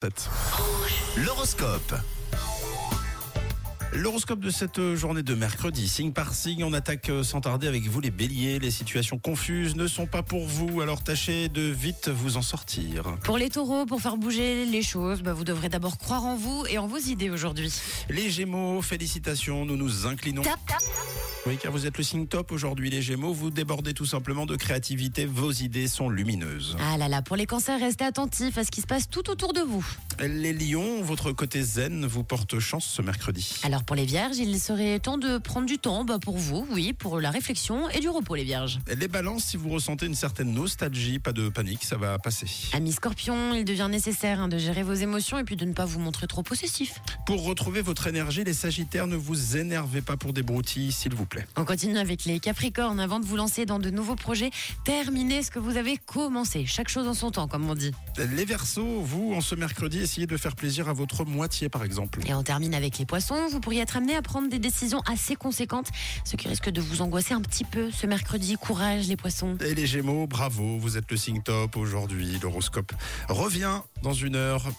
Tête. L'horoscope. L'horoscope de cette journée de mercredi, signe par signe, on attaque sans tarder avec vous les béliers. Les situations confuses ne sont pas pour vous, alors tâchez de vite vous en sortir. Pour les taureaux, pour faire bouger les choses, bah, vous devrez d'abord croire en vous et en vos idées aujourd'hui. Les gémeaux, félicitations, nous nous inclinons. Tap, tap. Oui, car vous êtes le signe top aujourd'hui, les gémeaux, vous débordez tout simplement de créativité, vos idées sont lumineuses. Ah là là, pour les cancers, restez attentifs à ce qui se passe tout autour de vous. Les lions, votre côté zen vous porte chance ce mercredi. Alors pour les vierges, il serait temps de prendre du temps bah, pour vous, oui, pour la réflexion et du repos les vierges. Les balances, si vous ressentez une certaine nostalgie, pas de panique, ça va passer. Amis scorpions, il devient nécessaire hein, de gérer vos émotions et puis de ne pas vous montrer trop possessif. Pour retrouver votre énergie, les sagittaires, ne vous énervez pas pour des broutilles, s'il vous plaît. On continue avec les capricornes. Avant de vous lancer dans de nouveaux projets, terminez ce que vous avez commencé. Chaque chose en son temps, comme on dit. Les versos, vous, en ce mercredi, essayez de faire plaisir à votre moitié, par exemple. Et on termine avec les poissons. Vous pourriez être amené à prendre des décisions assez conséquentes, ce qui risque de vous angoisser un petit peu ce mercredi. Courage les poissons. Et les gémeaux, bravo, vous êtes le signe top aujourd'hui. L'horoscope revient dans une heure.